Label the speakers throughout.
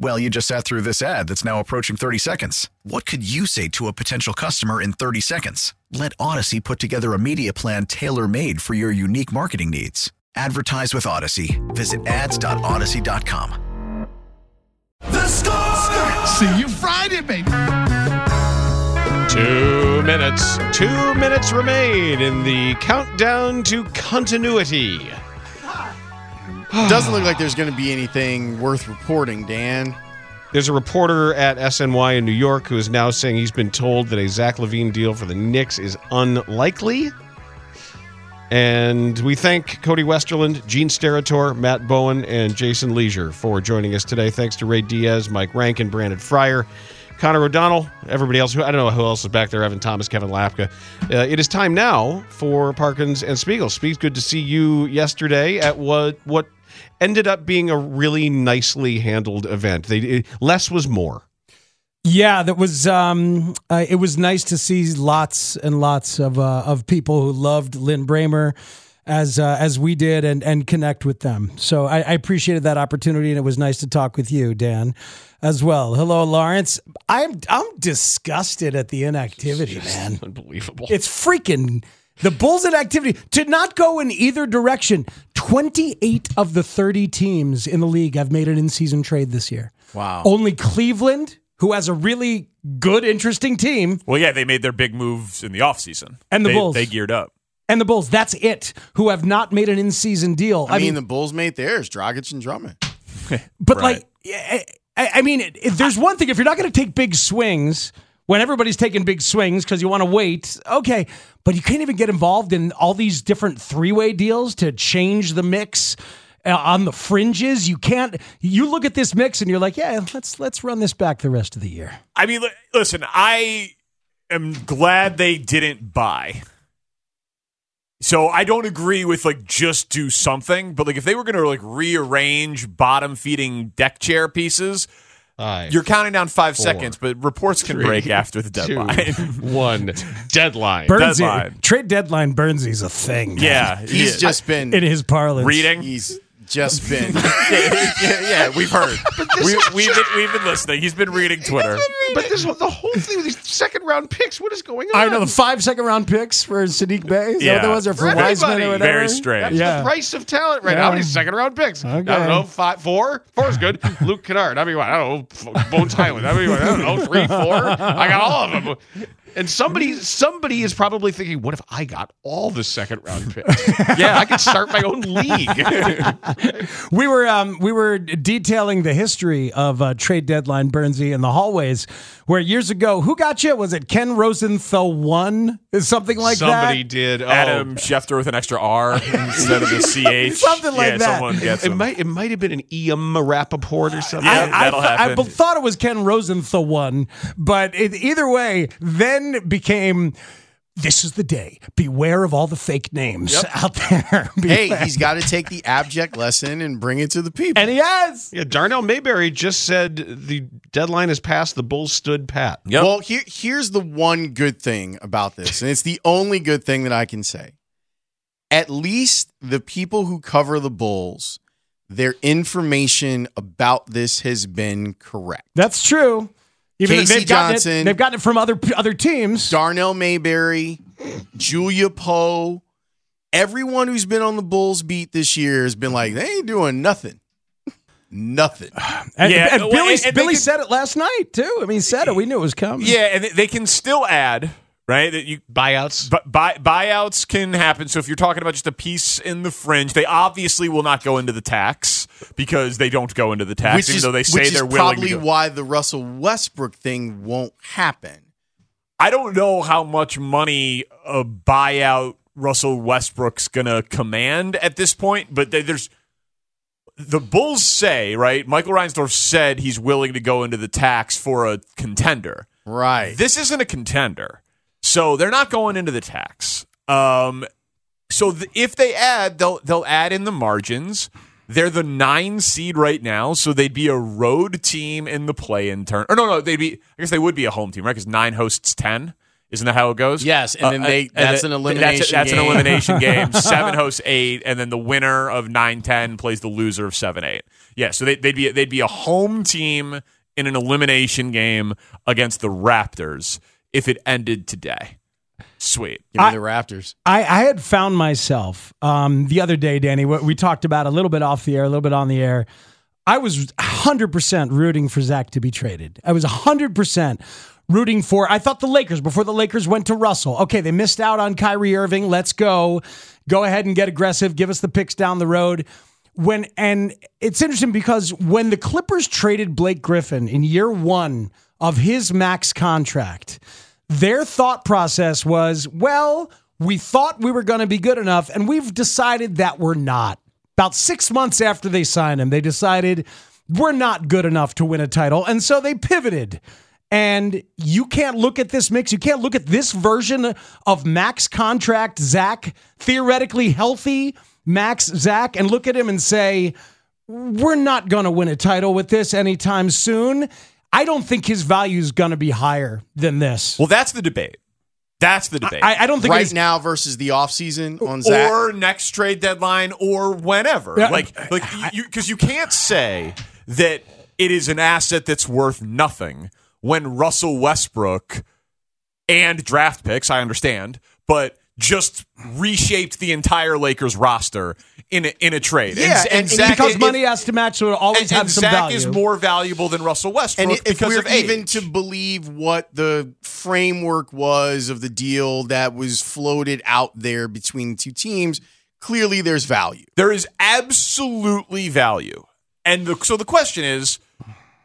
Speaker 1: Well, you just sat through this ad that's now approaching 30 seconds. What could you say to a potential customer in 30 seconds? Let Odyssey put together a media plan tailor made for your unique marketing needs. Advertise with Odyssey. Visit ads.odyssey.com.
Speaker 2: The score! See you Friday, baby.
Speaker 3: Two minutes. Two minutes remain in the countdown to continuity.
Speaker 4: Doesn't look like there's going to be anything worth reporting, Dan.
Speaker 3: There's a reporter at SNY in New York who is now saying he's been told that a Zach Levine deal for the Knicks is unlikely. And we thank Cody Westerland, Gene Steratore, Matt Bowen, and Jason Leisure for joining us today. Thanks to Ray Diaz, Mike Rankin, Brandon Fryer, Connor O'Donnell, everybody else. Who I don't know who else is back there. Evan Thomas, Kevin Lapka. Uh, it is time now for Parkins and Spiegel. Speaks good to see you yesterday at what what ended up being a really nicely handled event. They it, less was more.
Speaker 5: Yeah, that was um, uh, it was nice to see lots and lots of uh, of people who loved Lynn Bramer as uh, as we did and and connect with them. So I, I appreciated that opportunity, and it was nice to talk with you, Dan, as well. Hello, Lawrence. I'm I'm disgusted at the inactivity, man.
Speaker 3: Unbelievable.
Speaker 5: It's freaking the Bulls in activity to not go in either direction. 28 of the 30 teams in the league have made an in season trade this year.
Speaker 4: Wow.
Speaker 5: Only Cleveland, who has a really good, interesting team,
Speaker 6: Well, yeah, they made their big moves in the offseason.
Speaker 5: And the
Speaker 6: they,
Speaker 5: Bulls.
Speaker 6: They geared up.
Speaker 5: and the Bulls, that's it, who have not made an in season deal.
Speaker 4: I, mean, the Bulls made theirs, Dragic and Drummond.
Speaker 5: But
Speaker 6: Right.
Speaker 5: like, I, I I mean, if there's one thing if you're not going to take big swings when everybody's taking big swings because you want to wait. Okay, but you can't even get involved in all these different three way deals to change the mix. uh, On the fringes, you can't. You look at this mix and you're like, "Yeah, let's let's run this back the rest of the year."
Speaker 6: I mean, li- listen, I am glad they didn't buy. So I don't agree with like just do something, but like if they were going to like rearrange bottom feeding deck chair pieces,
Speaker 3: Five,
Speaker 6: you're counting down five
Speaker 3: Four.
Speaker 6: seconds, but reports can
Speaker 3: Three.
Speaker 6: break after the
Speaker 3: two,
Speaker 6: deadline.
Speaker 3: one deadline.
Speaker 5: Bernsey
Speaker 6: Deadline.
Speaker 5: trade deadline. Burnsy's a thing. man.
Speaker 6: yeah,
Speaker 4: He's
Speaker 6: yeah.
Speaker 4: just been
Speaker 5: in his parlance.
Speaker 6: reading.
Speaker 4: He's just been.
Speaker 6: yeah, yeah, we've heard. We, we've, been, we've been listening. He's been reading Twitter.
Speaker 3: But this the whole thing with these second round picks. What is going on?
Speaker 5: I know the five second round picks for Sadiq Bay. Is that what
Speaker 6: Yeah.
Speaker 5: that was? Or for
Speaker 3: For
Speaker 5: Wiseman or
Speaker 3: everybody.
Speaker 5: whatever.
Speaker 6: Very strange.
Speaker 3: That's
Speaker 5: Yeah.
Speaker 3: the price of talent right now.
Speaker 5: Yeah.
Speaker 3: These second round picks. I
Speaker 5: Okay.
Speaker 3: don't know. Five, four. Four is good. Luke Kennard. I mean, what? I don't know. F- Bones Highland. I mean, what? I don't know. Three, four. I got all of them. And somebody, somebody is probably thinking, "What if I got all the second round picks? yeah, I could start my own league."
Speaker 5: We were um, we were detailing the history of uh, trade deadline Bernsey in the hallways, where years ago, who got you? Was it Ken Rosenthal one? Something like
Speaker 3: somebody
Speaker 5: that.
Speaker 3: did. Oh,
Speaker 6: Adam Schefter with an extra R instead of the CH.
Speaker 5: Something like
Speaker 6: yeah,
Speaker 5: that.
Speaker 6: Someone gets
Speaker 3: It
Speaker 6: him.
Speaker 3: might, it might have been an E.M. Rappaport or something.
Speaker 6: Yeah,
Speaker 5: I, I,
Speaker 6: that'll
Speaker 5: I
Speaker 6: happen.
Speaker 5: be- thought it was Ken Rosenthal one, but it, either way, then became. This is the day. Beware of all the fake names out there.
Speaker 4: hey,
Speaker 5: Beware.
Speaker 4: he's got to take the abject lesson and bring it to the people.
Speaker 5: and he has.
Speaker 3: Yeah, Darnell Mayberry just said the deadline is passed. The Bulls stood pat.
Speaker 6: Yep.
Speaker 4: Well, here, here's the one good thing about this, and it's the only good thing that I can say. At least the people who cover the Bulls, their information about this has been correct.
Speaker 5: That's true. Even if
Speaker 4: Casey
Speaker 5: they've gotten it,
Speaker 4: Johnson.
Speaker 5: they've gotten it from other other teams.
Speaker 4: Darnell Mayberry, Julia Poe, everyone who's been on the Bulls beat this year has been like, they ain't doing nothing. nothing.
Speaker 5: And,
Speaker 6: Yeah,
Speaker 5: and
Speaker 6: well,
Speaker 5: Billy,
Speaker 6: and- and they
Speaker 5: Billy
Speaker 6: could-
Speaker 5: said it last night too. I mean, he said it. We knew it was coming.
Speaker 6: Yeah, and they- they can still add right? That you
Speaker 3: buyouts,
Speaker 6: bu- buy, buyouts can happen. So if you're talking about just a piece in the fringe, they obviously will not go into the tax because they don't go into the tax,
Speaker 4: which
Speaker 6: even
Speaker 4: is,
Speaker 6: though they say
Speaker 4: which is
Speaker 6: they're willing.
Speaker 4: probably
Speaker 6: to go.
Speaker 4: why the Russell Westbrook thing won't happen.
Speaker 6: I don't know how much money a buyout Russell Westbrook's going to command at this point, but there- there's the Bulls say, right? Michael Reinsdorf said he's willing to go into the tax for a contender.
Speaker 4: Right.
Speaker 6: This isn't a contender. So they're not going into the tax. Um, so th- if they add, they'll they'll add in the margins. They're the nine seed right now, so they'd be a road team in the play-in turn. Or no, no, they'd be. I guess they would be a home team, right? Because nine hosts ten. Isn't that how it goes? Uh,
Speaker 4: Yes, and then they- that's an
Speaker 6: th- That's,
Speaker 4: elimination
Speaker 6: that's an
Speaker 4: game.
Speaker 6: elimination game. Seven hosts eight, and then the winner of nine ten plays the loser of seven eight. Yeah, so they, they'd be they'd be a home team in an elimination game against the Raptors if it ended today. Sweet.
Speaker 4: Give me the Raptors.
Speaker 5: I, I had found myself um, the other day, Danny. What we talked about a little bit off the air, a little bit on the air. I was 100% rooting for Zach to be traded. I was 100% rooting for. I thought the Lakers before the Lakers went to Russell. Okay, they missed out on Kyrie Irving. Let's go. Go ahead and get aggressive. Give us the picks down the road. When and it's interesting because when the Clippers traded Blake Griffin in year 1 of his max contract, their thought process was, well, we thought we were going to be good enough, and we've decided that we're not. About six months after they signed him, they decided we're not good enough to win a title. And so they pivoted. And you can't look at this mix. You can't look at this version of max contract Zach, theoretically healthy max Zach, and look at him and say, we're not going to win a title with this anytime soon. I don't think his value is going to be higher than this.
Speaker 6: Well, that's the debate. That's the debate.
Speaker 5: I, I don't think
Speaker 4: right
Speaker 5: it's,
Speaker 4: now versus the offseason on Zach.
Speaker 6: Or next trade deadline or whenever.
Speaker 5: Yeah.
Speaker 6: Like like you because you can't say that it is an asset that's worth nothing when Russell Westbrook and draft picks, I understand, but just reshaped the entire Lakers roster in a, in a trade.
Speaker 4: Yeah, and- and
Speaker 6: Zach-
Speaker 5: because
Speaker 6: if-
Speaker 5: money has to match, so it'll always
Speaker 6: and,
Speaker 5: have
Speaker 6: and
Speaker 5: some
Speaker 6: Zach
Speaker 5: value.
Speaker 6: is more valuable than Russell Westbrook
Speaker 4: and if
Speaker 6: because
Speaker 4: we're
Speaker 6: of age.
Speaker 4: even to believe what the framework was of the deal that was floated out there between the two teams, clearly there's value.
Speaker 6: There is absolutely value. And the, so the question is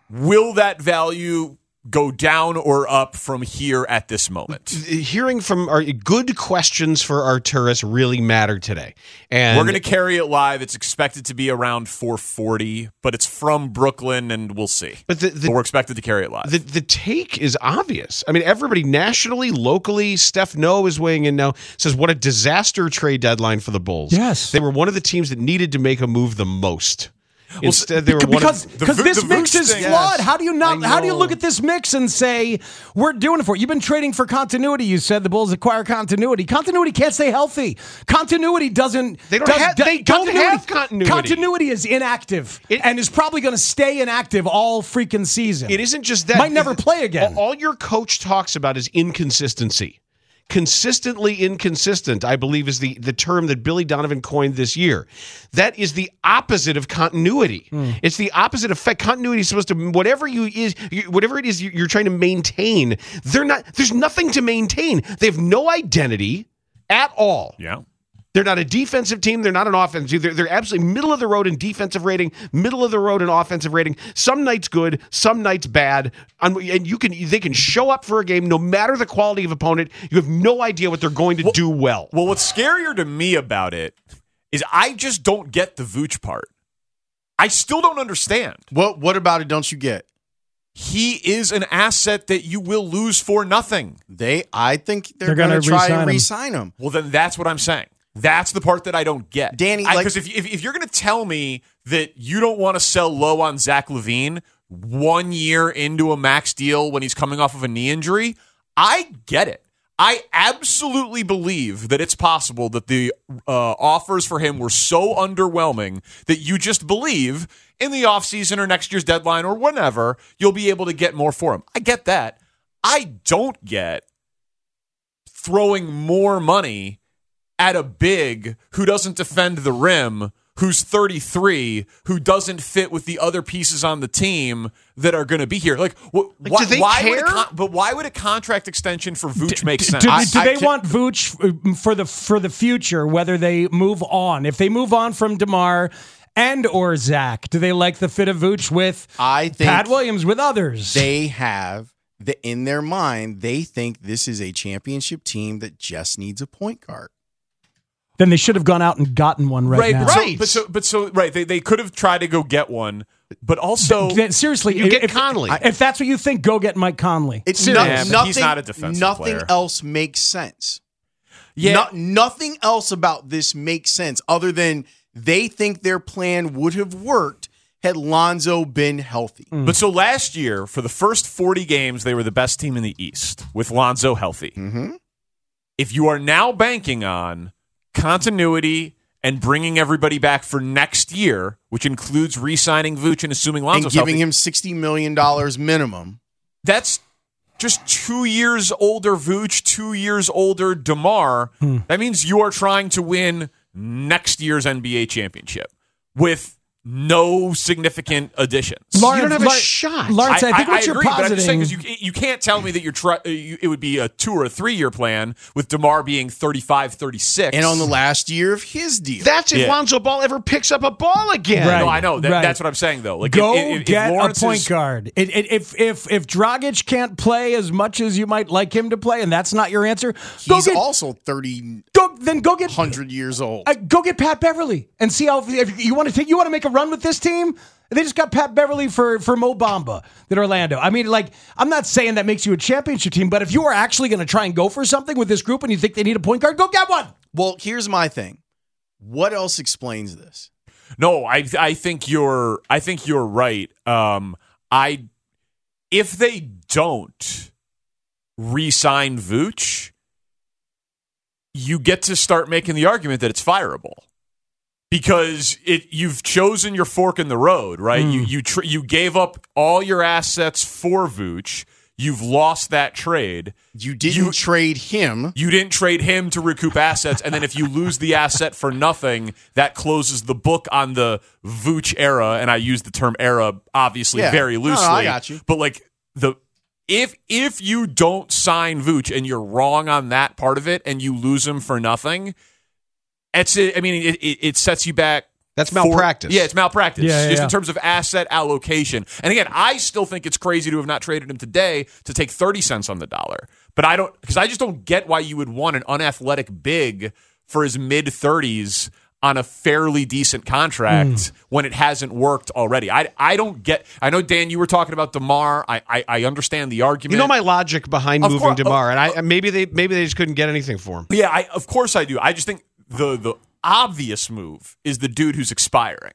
Speaker 6: will that value go down or up from here at this moment?
Speaker 3: hearing from our good questions for Arturus really mattered today. And
Speaker 6: We're going to carry it live. It's expected to be around 440, but it's from Brooklyn and we'll see.
Speaker 3: But the- the-
Speaker 6: we're expected to carry it live.
Speaker 3: the the take is obvious. I mean, everybody nationally, locally, Steph No is weighing in now. Says what a disaster trade deadline for the Bulls.
Speaker 5: Yes.
Speaker 3: they were one of the teams that needed to make a move the most. Instead, they were one
Speaker 5: because
Speaker 3: of,
Speaker 6: the
Speaker 5: because
Speaker 6: Vu-
Speaker 5: this
Speaker 6: the
Speaker 5: mix
Speaker 6: Vooch
Speaker 5: is
Speaker 6: thing.
Speaker 5: flawed.
Speaker 3: Yes.
Speaker 5: How do you not?
Speaker 3: I
Speaker 5: How do you
Speaker 3: know.
Speaker 5: look at this mix and say we're doing it for? it"? You've been trading for continuity. You said the Bulls acquire continuity. Continuity can't stay healthy. Continuity doesn't.
Speaker 3: They don't
Speaker 5: does-
Speaker 3: have-
Speaker 5: do-
Speaker 3: they don't have continuity.
Speaker 5: Continuity is inactive
Speaker 3: It-
Speaker 5: and is probably going to stay inactive all freaking season.
Speaker 3: It isn't just that
Speaker 5: Might never play again.
Speaker 3: All all your coach talks about is inconsistency. Consistently inconsistent, I believe, is the, the term that Billy Donovan coined this year. That is the opposite of continuity.
Speaker 5: Hmm.
Speaker 3: It's the opposite effect. Continuity is supposed to whatever you is you, whatever it is you- you're trying to maintain. They're not. There's nothing to maintain. They have no identity at all.
Speaker 6: yeah.
Speaker 3: They're not a defensive team. They're not an offensive team. They're, they're absolutely middle of the road in defensive rating, middle of the road in offensive rating. Some nights good, some nights bad. Um, And you can they can show up for a game no matter the quality of opponent. You have no idea what they're going to do well.
Speaker 6: Well, what's scarier to me about it is I just don't get the Vooch part. I still don't understand.
Speaker 4: What what about it don't you get?
Speaker 6: He is an asset that you will lose for nothing.
Speaker 4: They I think they're,
Speaker 5: They're
Speaker 4: gonna,
Speaker 5: gonna
Speaker 4: try
Speaker 5: re-sign
Speaker 4: and
Speaker 5: him.
Speaker 4: re-sign him.
Speaker 6: Well, then that's what I'm saying. That's the part that I don't get,
Speaker 4: Danny, like-
Speaker 6: Because if, if if you're going to tell me that you don't want to sell low on Zach Levine one year into a max deal when he's coming off of a knee injury, I get it. I absolutely believe that it's possible that the uh, offers for him were so underwhelming that you just believe in the offseason or next year's deadline or whenever you'll be able to get more for him. I get that. I don't get throwing more money at a big who doesn't defend the rim who's 33 who doesn't fit with the other pieces on the team that are going to be here. Like, wh- why,
Speaker 7: do they
Speaker 6: why
Speaker 7: care?
Speaker 6: Would a con- but why would a contract extension for Vooch make
Speaker 5: Do,
Speaker 6: sense?
Speaker 5: do they want Vooch for the for the future? Whether they move on, if they move on from Demar and or Zach, do they like the fit of Vooch with
Speaker 4: I think
Speaker 5: Pat Williams with others?
Speaker 4: They have the in their mind, they think this is a championship team that just needs a point guard.
Speaker 5: then they should have gone out and gotten one right, now.
Speaker 6: but, So, but so, but so, right? They, they could have tried to go get one, but also
Speaker 5: Th- seriously,
Speaker 6: You
Speaker 5: if,
Speaker 6: get
Speaker 5: if-
Speaker 6: Conley.
Speaker 5: if that's what you think, go get Mike Conley.
Speaker 4: It's
Speaker 5: Seriously.
Speaker 4: no-
Speaker 6: Yeah, but
Speaker 4: nothing.
Speaker 6: he's not a defensive
Speaker 4: Nothing
Speaker 6: player.
Speaker 4: else makes sense.
Speaker 6: Yeah.
Speaker 4: No- nothing else about this makes sense other than they think their plan would have worked had Lonzo been healthy.
Speaker 6: Mm. But so last year, for the first 40 games, they were the best team in the East with Lonzo healthy.
Speaker 4: Mm-hmm.
Speaker 6: If you are now banking on continuity and bringing everybody back for next year, which includes re signing Vooch and assuming Lonzo's
Speaker 4: and giving
Speaker 6: healthy,
Speaker 4: him $60 million minimum.
Speaker 6: that's just two years older Vooch, two years older DeMar. That means you are trying to win next year's NBA championship with no significant additions.
Speaker 5: Lawrence,
Speaker 7: You don't have a
Speaker 5: Lar-
Speaker 7: shot.
Speaker 5: Lawrence, I, think what you're
Speaker 6: agree, But I'm just saying,
Speaker 5: positing.
Speaker 6: 'cause you, you can't tell me that you're try, uh, you, it would be a two or a three year plan with DeMar being 35, 36.
Speaker 4: And on the last year of his deal.
Speaker 7: That's if
Speaker 6: Yeah.
Speaker 7: Lonzo Ball ever picks up a ball again.
Speaker 5: Right.
Speaker 6: No, I know. That,
Speaker 5: Right.
Speaker 6: That's what I'm saying, though. Like,
Speaker 5: Go
Speaker 6: if, if, if
Speaker 5: get a
Speaker 6: Lawrence
Speaker 5: point
Speaker 6: is-
Speaker 5: guard. It, it, if if if Dragic can't play as much as you might like him to play, and that's not your answer, go
Speaker 4: He's
Speaker 5: get
Speaker 4: also 30,
Speaker 5: go, then go get
Speaker 4: 100 years old.
Speaker 5: uh, go get Pat Beverly and see how if you want to take you want to make a run with this team. They just got Pat Beverly for for Mo Bamba in Orlando. I mean, like I'm not saying that makes you a championship team, but if you are actually going to try and go for something with this group and you think they need a point guard, go get one.
Speaker 4: Well, here's my thing. What else explains this?
Speaker 6: No, I I think you're I think you're right. Um, I if they don't re-sign Vooch, you get to start making the argument that it's fireable because it you've chosen your fork in the road, right? You you tr- you gave up all your assets for Vooch. You've lost that trade.
Speaker 4: You didn't
Speaker 6: You-
Speaker 4: trade him.
Speaker 6: You didn't trade him to recoup assets, and then if you lose the asset for nothing, that closes the book on the Vooch era. And I use the term era obviously
Speaker 4: Yeah.
Speaker 6: very
Speaker 4: No, no, I
Speaker 6: loosely.
Speaker 4: got you.
Speaker 6: But like the if if you don't sign Vooch and you're wrong on that part of it, and you lose him for nothing, it's I mean it, it, it sets you back.
Speaker 3: That's
Speaker 6: for-
Speaker 3: malpractice.
Speaker 6: yeah, it's malpractice.
Speaker 5: Yeah, yeah,
Speaker 6: just
Speaker 5: yeah.
Speaker 6: in terms of asset allocation. And again, I still think it's crazy to have not traded him today to take 30 cents on the dollar. But I don't, because I just don't get why you would want an unathletic big for his mid 30s on a fairly decent contract
Speaker 5: Hmm.
Speaker 6: when it hasn't worked already. I, I don't get, I know, Dan, you were talking about DeMar. I, I, I understand the argument.
Speaker 3: You know my logic behind
Speaker 6: Of
Speaker 3: moving
Speaker 6: course-
Speaker 3: Demar, and I and maybe they maybe they just couldn't get anything for him.
Speaker 6: Yeah, I of course I do. I just think the the obvious move is the dude who's expiring,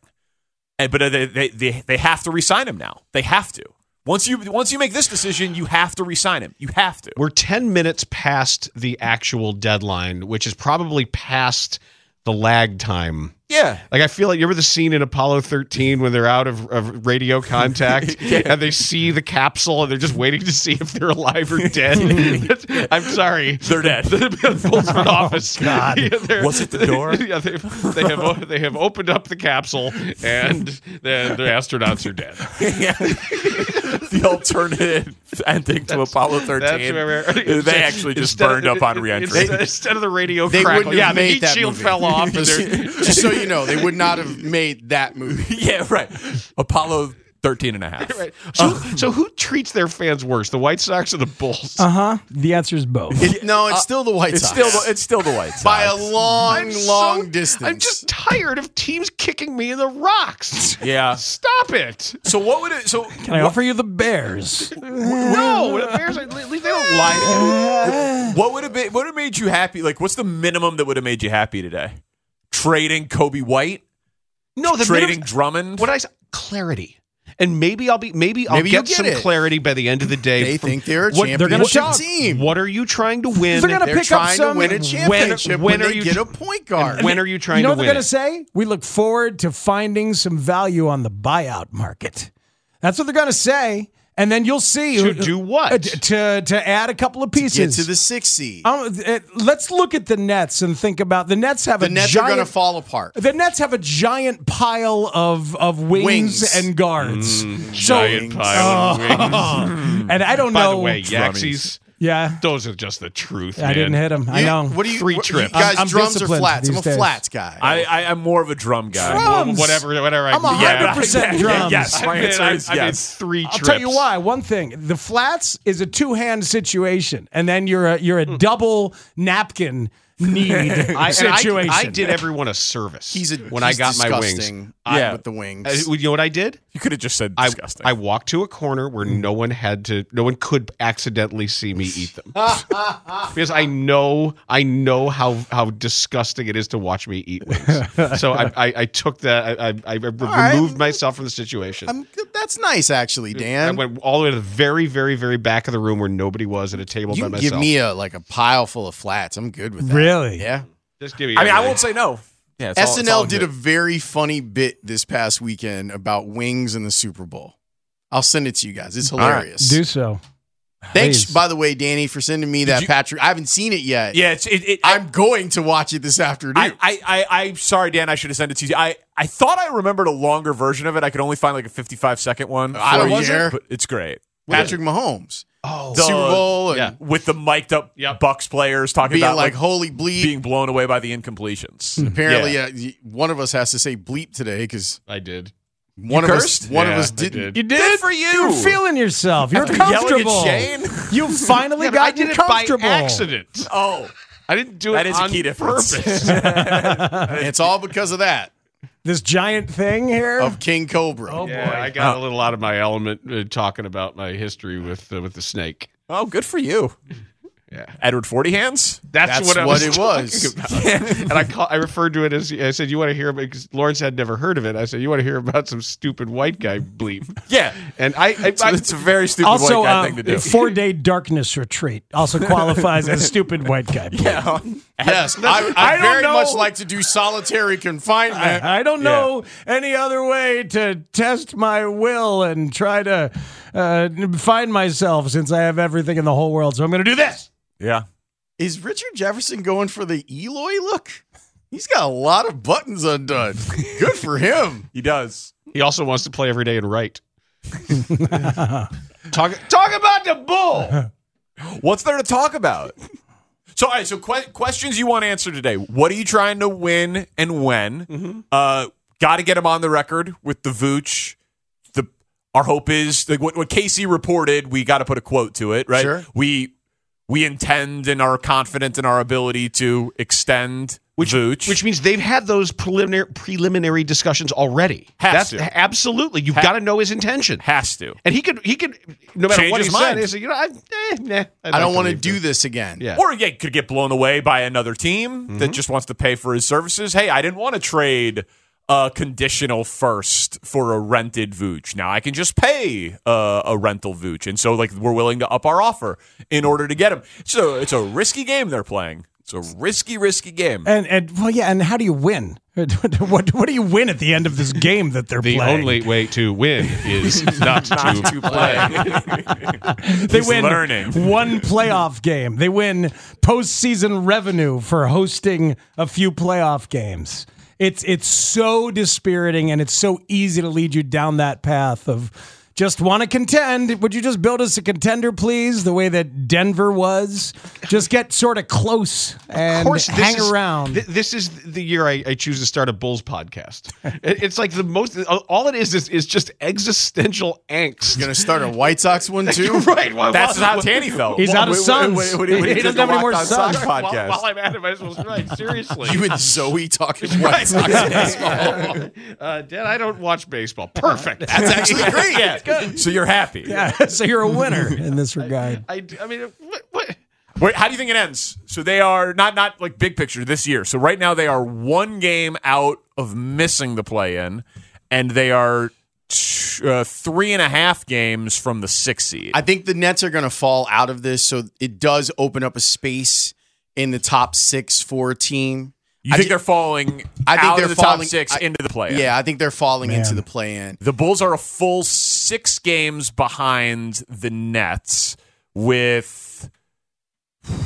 Speaker 6: and, but they, they they they have to re-sign him now. They have to. Once you once you make this decision, you have to re-sign him. You have to.
Speaker 3: We're ten minutes past the actual deadline, which is probably past the lag time.
Speaker 6: Yeah.
Speaker 3: Like I feel like you ever the scene in Apollo 13 when they're out of, of radio contact and they see the capsule and they're just waiting to see if they're alive or dead. I'm sorry.
Speaker 6: They're dead.
Speaker 3: Fulton office. God.
Speaker 6: Oh, Was it the door?
Speaker 3: Yeah, they, they have they have opened up the capsule and the, the astronauts are dead.
Speaker 6: the alternative ending to Apollo
Speaker 3: That's
Speaker 6: thirteen.
Speaker 3: where-
Speaker 6: they actually just
Speaker 3: instead of
Speaker 6: burned
Speaker 3: the-
Speaker 6: up on reentry.
Speaker 3: Instead, instead of the radio
Speaker 4: They
Speaker 3: crackle,
Speaker 4: wouldn't
Speaker 3: yeah,
Speaker 4: have
Speaker 3: the
Speaker 4: made
Speaker 3: heat
Speaker 4: that
Speaker 3: shield
Speaker 4: movie.
Speaker 3: fell off. and
Speaker 4: just,
Speaker 3: they're-
Speaker 4: just so you know, they would not have made that movie.
Speaker 6: yeah, right. Apollo 13 and a half.
Speaker 3: Right. So, so who treats their fans worse, the White Sox or the Bulls?
Speaker 5: Uh huh. The answer is both.
Speaker 4: It- no, it's still the White
Speaker 6: Uh, It's
Speaker 4: Sox.
Speaker 6: still the, it's still the White Sox.
Speaker 4: by a long,
Speaker 3: I'm so-
Speaker 4: long distance.
Speaker 3: I'm just tired of teams kicking me in the rocks.
Speaker 6: Yeah.
Speaker 3: Stop it.
Speaker 6: so what would it? So can
Speaker 5: I offer you the Bears.
Speaker 3: No, the Bears, at least they don't lie to me.
Speaker 6: What would have been? What would have made you happy? Like, what's the minimum that would have made you happy today? Trading Kobe White,
Speaker 3: No, the
Speaker 6: trading
Speaker 3: minimum-
Speaker 6: Drummond.
Speaker 3: What I s- clarity. And maybe I'll be maybe I'll
Speaker 4: Maybe you'll
Speaker 3: get,
Speaker 4: get
Speaker 3: some
Speaker 4: it.
Speaker 3: clarity by the end of the day.
Speaker 4: They
Speaker 3: from
Speaker 4: think they're a
Speaker 3: what-
Speaker 5: they're gonna
Speaker 4: championship
Speaker 5: shock.
Speaker 4: team.
Speaker 3: What are you trying to win?
Speaker 5: They're gonna
Speaker 4: They're
Speaker 5: pick up
Speaker 4: trying
Speaker 5: some-
Speaker 4: to win a
Speaker 5: when-
Speaker 4: championship when,
Speaker 3: when are
Speaker 4: they
Speaker 3: you-
Speaker 4: get a point guard.
Speaker 3: when are you trying
Speaker 5: you know
Speaker 3: to win?
Speaker 5: what they're going
Speaker 3: it?
Speaker 5: to say? We look forward to finding some value on the buyout market. That's what they're going to say. and then you'll see
Speaker 3: To do what?
Speaker 5: Uh, to to add a couple of pieces
Speaker 4: to the six seed.
Speaker 5: Um, it- let's look at the Nets and think about the Nets have
Speaker 4: The
Speaker 5: a
Speaker 4: Nets are
Speaker 5: giant
Speaker 4: going to fall apart.
Speaker 5: The Nets have a giant pile of of wings,
Speaker 4: Wings.
Speaker 5: and guards.
Speaker 3: Mm, giant pile of wings.
Speaker 5: and I don't
Speaker 3: By
Speaker 5: know.
Speaker 3: the way, Yaxies.
Speaker 5: Yeah.
Speaker 3: Those are just the truth.
Speaker 5: I didn't hit 'em. I You- know. what do you-
Speaker 3: Three
Speaker 5: what- you
Speaker 3: trips.
Speaker 5: guys I'm- I'm drums or disciplined flats? I'm
Speaker 6: these a days. flats guy. I, I, I'm more of a drum guy.
Speaker 5: Drums!
Speaker 3: Whatever, whatever. I
Speaker 5: I'm
Speaker 3: can get.
Speaker 5: 100%
Speaker 6: Yeah,
Speaker 5: drums.
Speaker 6: Yes, my
Speaker 3: I made-
Speaker 6: answer
Speaker 3: I-
Speaker 6: is
Speaker 3: I made
Speaker 6: yes.
Speaker 3: three
Speaker 5: I'll tell you why. One thing, the flats is a two hand situation, and then you're a
Speaker 6: Hmm.
Speaker 5: you're a double napkin need
Speaker 3: I, and I-
Speaker 5: situation.
Speaker 3: I, did everyone a service. He's a, when
Speaker 4: he's
Speaker 3: I got my wings.
Speaker 4: disgusting
Speaker 3: I-
Speaker 4: with the wings.
Speaker 3: Uh, you know what I did?
Speaker 6: You could have just said
Speaker 3: I,
Speaker 6: disgusting.
Speaker 3: I walked to a corner where no one had to, no one could accidentally see me eat them because I know, I know how how disgusting it is to watch me eat wings. so I, I, I took that, I, I, I removed
Speaker 4: right.
Speaker 3: myself from the situation.
Speaker 4: I'm, that's nice, actually,
Speaker 3: I
Speaker 4: Dan.
Speaker 3: went all the way to the very, very, very back of the room where nobody was at a table
Speaker 4: you
Speaker 3: by
Speaker 4: can
Speaker 3: myself.
Speaker 4: give me a like a pile full of flats. I'm good with that.
Speaker 5: Really?
Speaker 4: Yeah.
Speaker 3: Just give me.
Speaker 6: I mean, I
Speaker 3: everything.
Speaker 6: won't say no. Yeah, it's all- it's
Speaker 4: SNL
Speaker 6: all
Speaker 4: did
Speaker 6: good.
Speaker 4: a very funny bit this past weekend about wings and the Super Bowl. I'll send it to you guys. It's hilarious.
Speaker 5: Do so.
Speaker 4: Thanks,
Speaker 5: Please.
Speaker 4: by the way, Danny, for sending me that, Patrick. I haven't seen it yet.
Speaker 6: Yeah, it's, it, it,
Speaker 4: I'm going to watch it this afternoon.
Speaker 6: I, I, I, I'm sorry, Dan. I should have sent it to you. I, I thought I remembered a longer version of it. I could only find like a 55 second one.
Speaker 4: I
Speaker 6: for
Speaker 4: don't
Speaker 6: you,
Speaker 4: care.
Speaker 6: But it's great.
Speaker 4: Patrick Mahomes.
Speaker 3: Oh,
Speaker 4: Super Bowl and
Speaker 3: yeah.
Speaker 6: With the mic'd up Bucks players talking
Speaker 4: being
Speaker 6: about
Speaker 4: like, holy bleep.
Speaker 6: being blown away by the incompletions.
Speaker 4: Apparently,
Speaker 6: Yeah.
Speaker 4: uh, y- one of us has to say bleep today because
Speaker 3: I did.
Speaker 4: one
Speaker 6: You
Speaker 4: of us
Speaker 6: cursed?
Speaker 4: one
Speaker 3: Yeah,
Speaker 4: of us
Speaker 3: I
Speaker 4: didn't.
Speaker 3: did.
Speaker 5: You did
Speaker 6: Good for you.
Speaker 5: You were feeling yourself. You're
Speaker 6: After yelling at
Speaker 5: comfortable.
Speaker 6: Shane?
Speaker 5: You finally
Speaker 3: Yeah, but I
Speaker 5: got
Speaker 3: did it by
Speaker 5: comfortable.
Speaker 3: accident.
Speaker 6: Oh,
Speaker 3: I didn't do it
Speaker 6: That is a
Speaker 3: on
Speaker 6: key difference.
Speaker 3: purpose.
Speaker 4: And it's all because of that
Speaker 5: This giant thing here.
Speaker 4: of King Cobra.
Speaker 5: Oh,
Speaker 3: Yeah, I got a little out of my element uh, talking about my history with uh, with the snake.
Speaker 6: oh, good for you.
Speaker 3: Yeah.
Speaker 6: Edward Forty Hands.
Speaker 3: That's,
Speaker 4: That's
Speaker 3: what, I
Speaker 4: what
Speaker 3: was
Speaker 4: it
Speaker 3: talking
Speaker 4: was.
Speaker 3: about. and I call, I referred to it as I said, "You want to hear?" about Because Lawrence had never heard of it. I said, "You want to hear about some stupid white guy bleep?"
Speaker 6: Yeah,
Speaker 3: And I, I,
Speaker 6: it's, it's a very stupid
Speaker 5: also,
Speaker 6: white guy
Speaker 5: uh,
Speaker 6: thing to do.
Speaker 5: four day darkness retreat also qualifies as stupid white guy. play.
Speaker 6: yeah,
Speaker 4: Yes, I, I,
Speaker 5: I don't
Speaker 4: very
Speaker 5: know.
Speaker 4: much like to do solitary confinement.
Speaker 5: I, I don't know any other way to test my will and try to uh, find myself since I have everything in the whole world. So I'm going to do this.
Speaker 6: yeah.
Speaker 4: Is Richard Jefferson going for the Eloy look? He's got a lot of buttons undone. Good for him.
Speaker 6: He does.
Speaker 3: he also wants to play every day and write. talk talk about the bull.
Speaker 6: What's there to talk about? So, all right. So, que- questions you want answered today. What are you trying to win and when?
Speaker 5: Mm-hmm.
Speaker 6: Uh, Got to get him on the record with the Vooch. The our hope is like what, what Casey reported. We got to put a quote to it, right?
Speaker 4: Sure.
Speaker 6: We we intend and are confident in our ability to extend which, Vooch.
Speaker 3: Which means they've had those preliminary preliminary discussions already.
Speaker 6: Has to.
Speaker 3: absolutely. You've
Speaker 6: Ha-
Speaker 3: got to know his intention.
Speaker 6: has to.
Speaker 3: And he could, he could, no matter
Speaker 6: Change
Speaker 3: what he
Speaker 6: his
Speaker 3: said,
Speaker 6: mind.
Speaker 3: he said, you know, I, eh, nah, I'd
Speaker 4: I
Speaker 3: like
Speaker 4: don't want to
Speaker 3: leave
Speaker 4: do this again.
Speaker 3: Yeah.
Speaker 6: Or yeah, could get blown away by another team that just wants to pay for his services. Hey, I didn't want to trade a conditional first for a rented Vooch. Now I can just pay uh, a rental Vooch, and so like we're willing to up our offer in order to get him. So it's a risky game they're playing. It's a risky, risky game.
Speaker 5: And and well, yeah. And how do you win? what what do you win at the end of this game that they're
Speaker 3: The
Speaker 5: playing?
Speaker 3: only way to win is not, to, play.
Speaker 5: they
Speaker 6: He's
Speaker 5: win
Speaker 6: learning.
Speaker 5: one playoff game. They win postseason revenue for hosting a few playoff games. It's it's so dispiriting and it's so easy to lead you down that path of just want to contend. Would you just build us a contender, please? The way that Denver was, just get sort of close and
Speaker 3: this
Speaker 5: hang
Speaker 3: is-
Speaker 5: around.
Speaker 3: thi- this is the year I, I choose to start a Bulls podcast. It- it's like the most. All it is is, is just existential angst.
Speaker 4: Gonna start a White Sox one too.
Speaker 3: right. Well,
Speaker 6: That's
Speaker 3: well,
Speaker 6: how Tanny felt.
Speaker 5: He's out of
Speaker 6: Wait, wait,
Speaker 5: sons.
Speaker 6: wait, wait, wait, wait,
Speaker 5: He
Speaker 6: did
Speaker 5: doesn't
Speaker 6: the
Speaker 5: have any more
Speaker 6: Locked On
Speaker 5: sons.
Speaker 6: Sox
Speaker 3: While,
Speaker 6: podcast.
Speaker 3: while I'm at it, I might as well right. Seriously.
Speaker 4: You and Zoe talking White Sox baseball.
Speaker 3: uh, Dad, I don't watch baseball. Perfect.
Speaker 4: That's actually great.
Speaker 6: So you're happy.
Speaker 5: so you're a winner in this regard.
Speaker 3: I, I mean, what, what?
Speaker 6: Wait, how do you think it ends? So they are not not like big picture this year. So right now they are one game out of missing the play in, and they are t- uh, three and a half games from the six seed.
Speaker 4: I think the Nets are gonna fall out of this, so it does open up a space in the top six for a team.
Speaker 6: you
Speaker 4: I
Speaker 6: think
Speaker 4: ju-
Speaker 6: they're falling?
Speaker 4: I think
Speaker 6: out
Speaker 4: they're
Speaker 6: of the
Speaker 4: falling
Speaker 6: top six
Speaker 4: I-
Speaker 6: into the play.
Speaker 4: Yeah, I think they're falling into the play in.
Speaker 6: the Bulls are a full s- six games behind the Nets with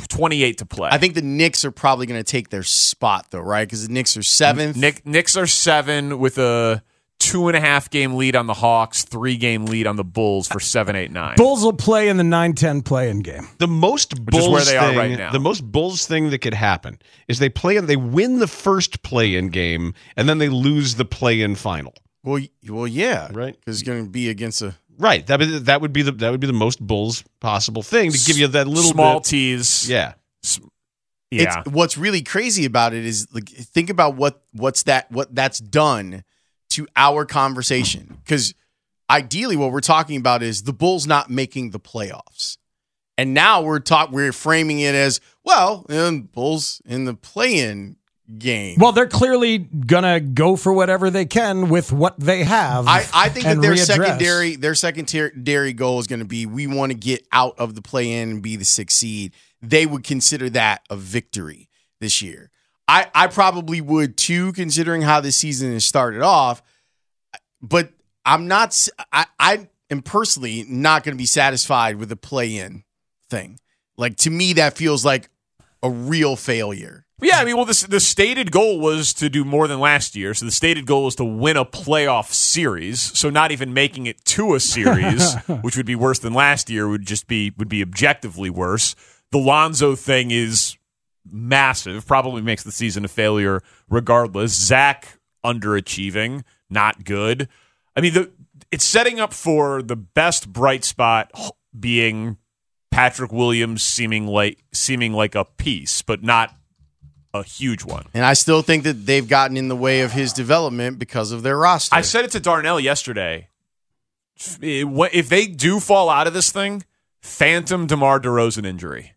Speaker 6: 28 to play.
Speaker 4: I think the Knicks are probably going to take their spot though, right? Because the Knicks are seventh.
Speaker 6: Nick, Knicks are seven with a two and a half game lead on the Hawks, three game lead on the Bulls for seven, eight, nine.
Speaker 5: Bulls will play in the 9-10 play-in game.
Speaker 3: The most
Speaker 6: Which is
Speaker 3: Bulls
Speaker 6: where they are
Speaker 3: thing,
Speaker 6: right now.
Speaker 3: The most Bulls thing that could happen is they play they win the first play-in game and then they lose the play-in final.
Speaker 4: Well, y- well, yeah, right. Because it's going to be against a
Speaker 3: Right. That would- that would be the that would be the most Bulls possible thing to give you that little
Speaker 6: small
Speaker 3: bit.
Speaker 6: tease.
Speaker 3: Yeah.
Speaker 6: Yeah.
Speaker 4: It's, what's really crazy about it is like think about what what's that what that's done to our conversation because ideally what we're talking about is the Bulls not making the playoffs, and now we're talk we're framing it as well um, Bulls in the play-in game.
Speaker 5: Well, they're clearly gonna go for whatever they can with what they have.
Speaker 4: I, I think that
Speaker 5: and
Speaker 4: their
Speaker 5: readdress.
Speaker 4: secondary their secondary goal is going to be we want to get out of the play in and be the sixth seed. They would consider that a victory this year. I, I probably would too, considering how this season has started off. But I'm not. s- I, I am personally not going to be satisfied with the play in thing. Like to me, that feels like a real failure.
Speaker 6: Yeah, I mean, well, this, the stated goal was to do more than last year. So the stated goal was to win a playoff series. So not even making it to a series, which would be worse than last year, would just be would be objectively worse. The Lonzo thing is massive. Probably makes the season a failure regardless. Zach underachieving, not good. I mean, the it's setting up for the best bright spot being Patrick Williams seeming like seeming like a piece, but not a huge one.
Speaker 4: And I still think that they've gotten in the way of his development because of their roster.
Speaker 6: I said it to Darnell yesterday. It- wh- If they do fall out of this thing, phantom DeMar DeRozan injury.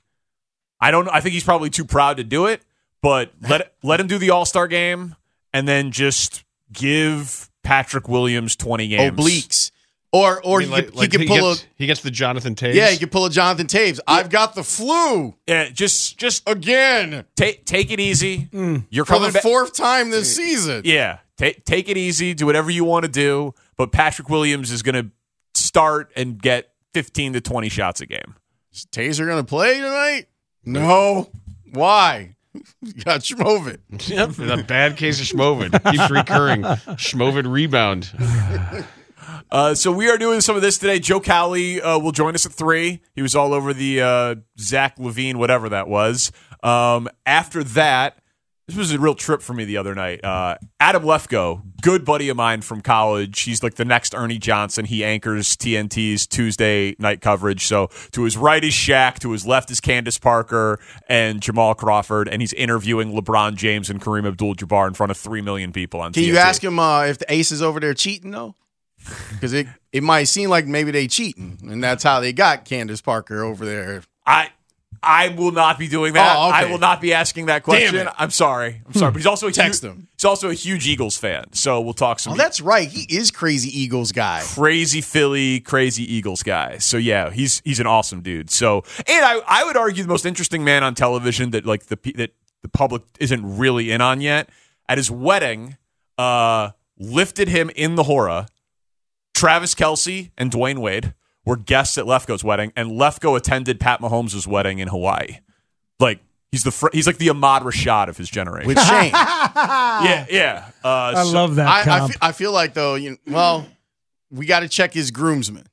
Speaker 6: I don't. I think he's probably too proud to do it, but let let him do the All Star game and then just give Patrick Williams twenty games.
Speaker 4: obliques, or
Speaker 3: I
Speaker 4: or
Speaker 3: mean,
Speaker 4: he,
Speaker 3: like-
Speaker 4: could,
Speaker 3: like
Speaker 4: he could pull
Speaker 3: gets, he gets the Jonathan
Speaker 4: a
Speaker 3: Taves.
Speaker 4: yeah, he could pull a Jonathan Taves. I've got the flu
Speaker 6: Yeah, just just
Speaker 4: again
Speaker 6: take take it easy. You're
Speaker 4: for
Speaker 6: coming
Speaker 4: the
Speaker 6: back.
Speaker 4: fourth time this season.
Speaker 6: Yeah, take take it easy, do whatever you want to do, but Patrick Williams is going to start and get 15 to 20 shots a game.
Speaker 4: Is Taser gonna play tonight? No. Why? You got Schmovid.
Speaker 3: Yep. The bad case of Schmovid keeps recurring. Schmovid rebound.
Speaker 6: Uh, so we are doing some of this today. Joe Cowley uh, will join us at three. He was all over the uh, Zach Levine, whatever that was. Um, after that, this was a real trip for me the other night. Uh, Adam Lefko, good buddy of mine from college. He's like the next Ernie Johnson. He anchors TNT's Tuesday night coverage. So to his right is Shaq, to his left is Candace Parker and Jamal Crawford, and he's interviewing LeBron James and Kareem Abdul-Jabbar in front of three million people on.
Speaker 4: Can you
Speaker 6: TNT.
Speaker 4: ask him uh, if the ace is over there cheating though? Because it, it might seem like maybe they cheating, and that's how they got Candace Parker over there.
Speaker 6: I I will not be doing that.
Speaker 4: Oh, okay.
Speaker 6: I will not be asking that question.
Speaker 4: it.
Speaker 6: I'm sorry. I'm sorry. But he's also a
Speaker 4: Text
Speaker 6: hu-
Speaker 4: him.
Speaker 6: He's also a huge Eagles fan. So we'll talk some
Speaker 4: Oh, that's right. He is crazy Eagles guy.
Speaker 6: crazy Philly, crazy Eagles guy. So yeah, he's he's an awesome dude. So and I I would argue the most interesting man on television that like the pe- that the public isn't really in on yet. At his wedding, uh, lifted him in the hora. Travis Kelsey and Dwayne Wade were guests at Lefko's wedding, and Lefko attended Pat Mahomes' wedding in Hawaii. Like he's the fr- he's like the Ahmad Rashad of his generation.
Speaker 4: With Shane.
Speaker 6: yeah, yeah. Uh,
Speaker 5: I love that
Speaker 4: I, I,
Speaker 5: comp.
Speaker 4: fe- I feel like though, you know, well, we got to check his groomsmen.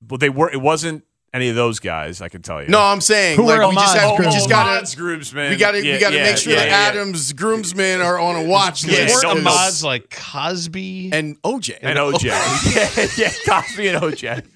Speaker 6: but they were. It wasn't any of those guys. I can tell you.
Speaker 4: No, I'm saying
Speaker 5: Who
Speaker 4: like,
Speaker 5: are
Speaker 4: we just
Speaker 5: Ahmad's
Speaker 4: have, we
Speaker 5: groomsmen?
Speaker 4: just gotta
Speaker 6: Ahmad's groomsmen.
Speaker 4: we gotta
Speaker 6: Yeah,
Speaker 4: we gotta
Speaker 6: yeah,
Speaker 4: make sure
Speaker 6: yeah,
Speaker 4: that
Speaker 6: yeah.
Speaker 4: Adam's groomsmen are on a watch
Speaker 6: Yeah,
Speaker 4: list.
Speaker 6: no
Speaker 3: Weren't
Speaker 6: one-
Speaker 3: Ahmad's like Cosby?
Speaker 4: and OJ
Speaker 6: and OJ. yeah, yeah, Cosby and OJ.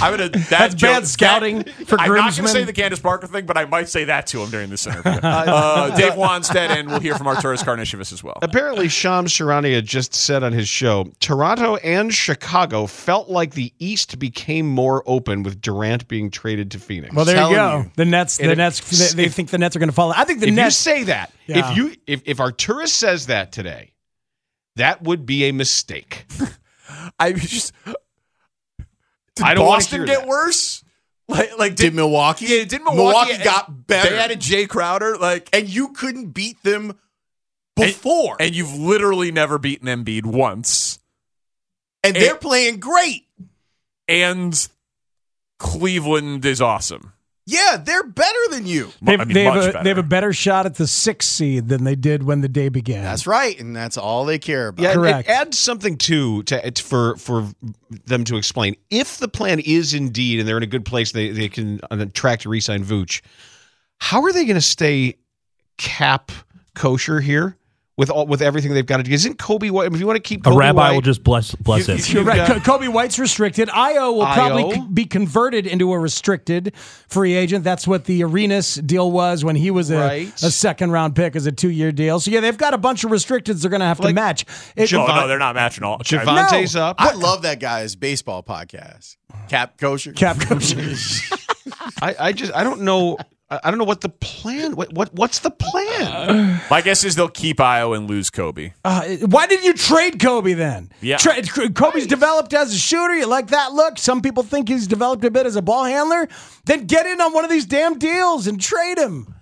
Speaker 6: I'm gonna. That
Speaker 5: That's
Speaker 6: joke-
Speaker 5: bad scouting
Speaker 6: that-
Speaker 5: for
Speaker 6: I'm not gonna
Speaker 5: groomsmen.
Speaker 6: say the Candace Parker thing, but I might say that to him during this interview. uh, Dave Wanstead, and we'll hear from Arturis Karnishevus as well.
Speaker 3: Apparently, Sham Sharania just said on his show Toronto and Chicago felt like the East became more open with Durant being traded to Phoenix.
Speaker 5: well, there you
Speaker 4: telling
Speaker 5: go.
Speaker 4: you.
Speaker 5: The Nets. The
Speaker 3: And if-
Speaker 5: Nets. They, they
Speaker 3: if-
Speaker 5: think the Nets are going to fall. I think the
Speaker 3: if
Speaker 5: Nets.
Speaker 3: you say that,
Speaker 5: Yeah.
Speaker 3: if you if, if Arturis says that today, that would be a mistake.
Speaker 6: I just. Did
Speaker 3: I don't wanna
Speaker 6: Boston
Speaker 3: hear
Speaker 6: get
Speaker 3: that.
Speaker 6: worse? Like, like
Speaker 4: did Milwaukee.
Speaker 6: Yeah, did Milwaukee,
Speaker 4: got better?
Speaker 6: They added Jay Crowder, like,
Speaker 4: and you couldn't beat them
Speaker 6: And-
Speaker 4: before.
Speaker 6: and you've literally never beaten Embiid once.
Speaker 4: and they're playing great.
Speaker 6: And Cleveland is awesome.
Speaker 4: Yeah, they're better than you.
Speaker 5: They've,
Speaker 6: I mean,
Speaker 5: they, have
Speaker 6: much
Speaker 5: a,
Speaker 6: better.
Speaker 5: they have a better shot at the sixth seed than they did when the day began.
Speaker 4: That's right, and that's all they care about.
Speaker 3: Yeah, it-
Speaker 5: Correct.
Speaker 3: It adds something to to it's for for them to explain if the plan is indeed and they're in a good place. They they can uh, attract to resign Vooch. How are they going to stay cap kosher here with all with everything they've got to do? Isn't Kobe White? If you want to keep
Speaker 8: A
Speaker 3: Kobe
Speaker 8: rabbi
Speaker 3: White-
Speaker 8: will just bless bless
Speaker 3: You-
Speaker 8: it.
Speaker 3: you-
Speaker 5: You're right.
Speaker 3: Yeah.
Speaker 5: Co- Kobe White's restricted. Io will
Speaker 3: Io?
Speaker 5: probably c- be converted into a restricted free agent. That's what the Arenas deal was when he was a,
Speaker 3: Right.
Speaker 5: a second round pick as a two year deal. So yeah, they've got a bunch of restricteds they're going to have to
Speaker 3: Like
Speaker 5: match.
Speaker 6: oh no, they're not matching all.
Speaker 3: Javante's up.
Speaker 4: I love that guy's baseball podcast. Cap kosher.
Speaker 5: Cap coach.
Speaker 3: I, I just I don't know. I I don't know what the plan. What, what what's the plan?
Speaker 6: My guess is they'll keep Io and lose Kobe.
Speaker 5: Uh, why didn't you trade Kobe then?
Speaker 6: Yeah.
Speaker 5: Tra- Kobe's developed as a shooter. You like that look? Some people think he's developed a bit as a ball handler. Then get in on one of these damn deals and trade him.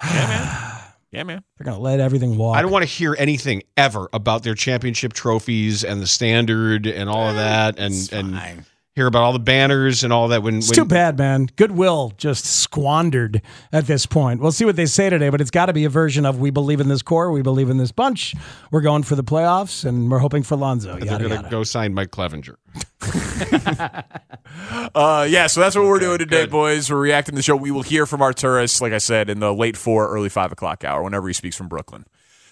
Speaker 6: Yeah, man.
Speaker 5: They're going to let everything walk.
Speaker 3: I don't want to hear anything ever about their championship trophies and the standard and all of that, and and hear about all the banners and all that. When,
Speaker 5: It's
Speaker 3: when
Speaker 5: too bad, man. Goodwill just squandered at this point. We'll see what they say today, but it's got to be a version of we believe in this core, we believe in this bunch. We're going for the playoffs, and we're hoping for Lonzo.
Speaker 3: they're
Speaker 5: Yada,
Speaker 3: going to
Speaker 5: yada.
Speaker 3: go sign Mike Clevenger.
Speaker 6: Uh, yeah, so that's what we're doing today, boys. We're reacting to the show. We will hear from Arturis, like I said, in the late four, early five o'clock hour, whenever he speaks from Brooklyn.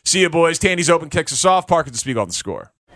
Speaker 6: See you, boys. Tandy's open kicks us off. Parker to speak on the score.